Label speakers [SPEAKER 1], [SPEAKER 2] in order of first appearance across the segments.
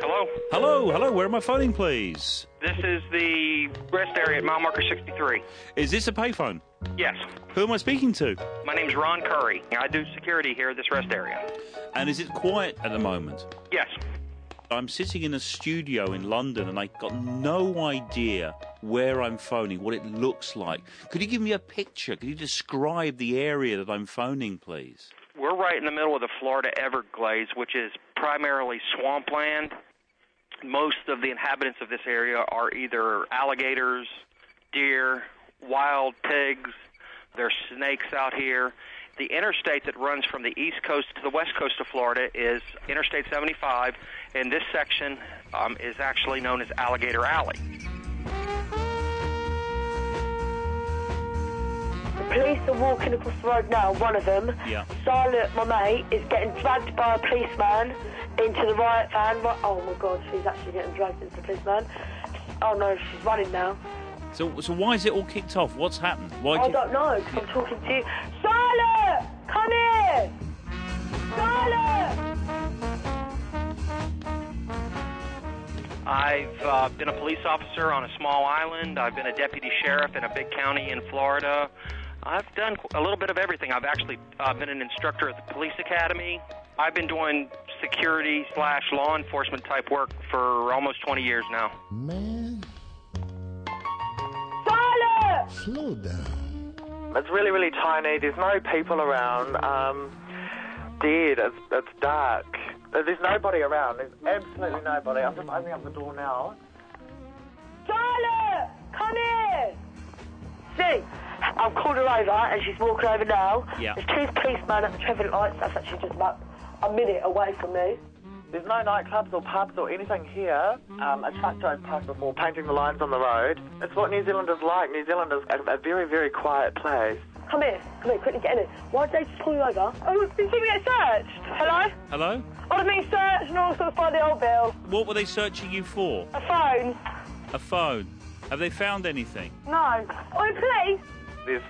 [SPEAKER 1] Hello, hello, where am I phoning, please?
[SPEAKER 2] This is the rest area at mile marker 63.
[SPEAKER 1] Is this a payphone?
[SPEAKER 2] Yes.
[SPEAKER 1] Who am I speaking to?
[SPEAKER 2] My name's Ron Curry. I do security here at this rest area.
[SPEAKER 1] And is it quiet at the moment?
[SPEAKER 2] Yes.
[SPEAKER 1] I'm sitting in a studio in London and I got no idea where I'm phoning, what it looks like. Could you give me a picture? Could you describe the area that I'm phoning, please?
[SPEAKER 2] We're right in the middle of the Florida Everglades, which is primarily swampland. Most of the inhabitants of this area are either alligators, deer, wild pigs, there's snakes out here. The interstate that runs from the east coast to the west coast of Florida is Interstate 75, and this section um, is actually known as Alligator Alley.
[SPEAKER 3] Police are walking across the road now, one of them.
[SPEAKER 1] Yeah.
[SPEAKER 3] Silent, my mate, is getting dragged by a policeman into the riot van. Right, oh my god, she's actually getting dragged into the policeman. Oh no, she's running now.
[SPEAKER 1] So, so why is it all kicked off? What's happened? Why
[SPEAKER 3] I
[SPEAKER 1] did-
[SPEAKER 3] don't know, 'cause I'm talking to you. Silent! Come here! Silent!
[SPEAKER 2] I've uh, been a police officer on a small island. I've been a deputy sheriff in a big county in Florida. I've done qu- a little bit of everything. I've actually uh, been an instructor at the police academy. I've been doing security slash law enforcement type work for almost 20 years now.
[SPEAKER 4] Man,
[SPEAKER 3] Silent!
[SPEAKER 4] slow down.
[SPEAKER 5] It's really, really tiny. There's no people around. Um, dead. It's, it's dark. Uh, There's nobody around. There's absolutely nobody. I'm just opening up the door now.
[SPEAKER 3] Charlotte, come here. See, I've called her over and she's walking over now.
[SPEAKER 1] Yeah.
[SPEAKER 3] There's two policemen at the traffic lights. That's actually just about a minute away from me.
[SPEAKER 5] There's no nightclubs or pubs or anything here. Um, a truck drove past before painting the lines on the road. It's what New Zealand is like. New Zealand is a, a very, very quiet place.
[SPEAKER 3] Come here, come here, quickly get in here. Why did they just pull you over? Oh, did you get searched? Hello?
[SPEAKER 1] Hello?
[SPEAKER 3] What do you mean searched and all sorts by the old bill?
[SPEAKER 1] What were they searching you for?
[SPEAKER 3] A phone?
[SPEAKER 1] A phone. Have they found anything?
[SPEAKER 3] No. Oh, please.
[SPEAKER 5] There's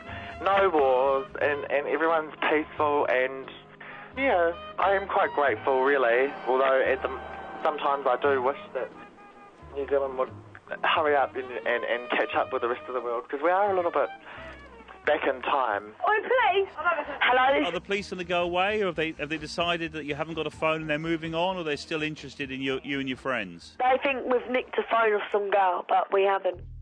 [SPEAKER 5] no wars and, and everyone's peaceful and yeah, I am quite grateful really. Although at the, sometimes I do wish that New Zealand would hurry up and, and, and catch up with the rest of the world because we are a little bit back in time.
[SPEAKER 3] Oh, please. Hello?
[SPEAKER 1] Are the police going to go away, or have they have they decided that you haven't got a phone and they're moving on, or they're still interested in you, you and your friends?
[SPEAKER 3] They think we've nicked a phone of some girl, but we haven't.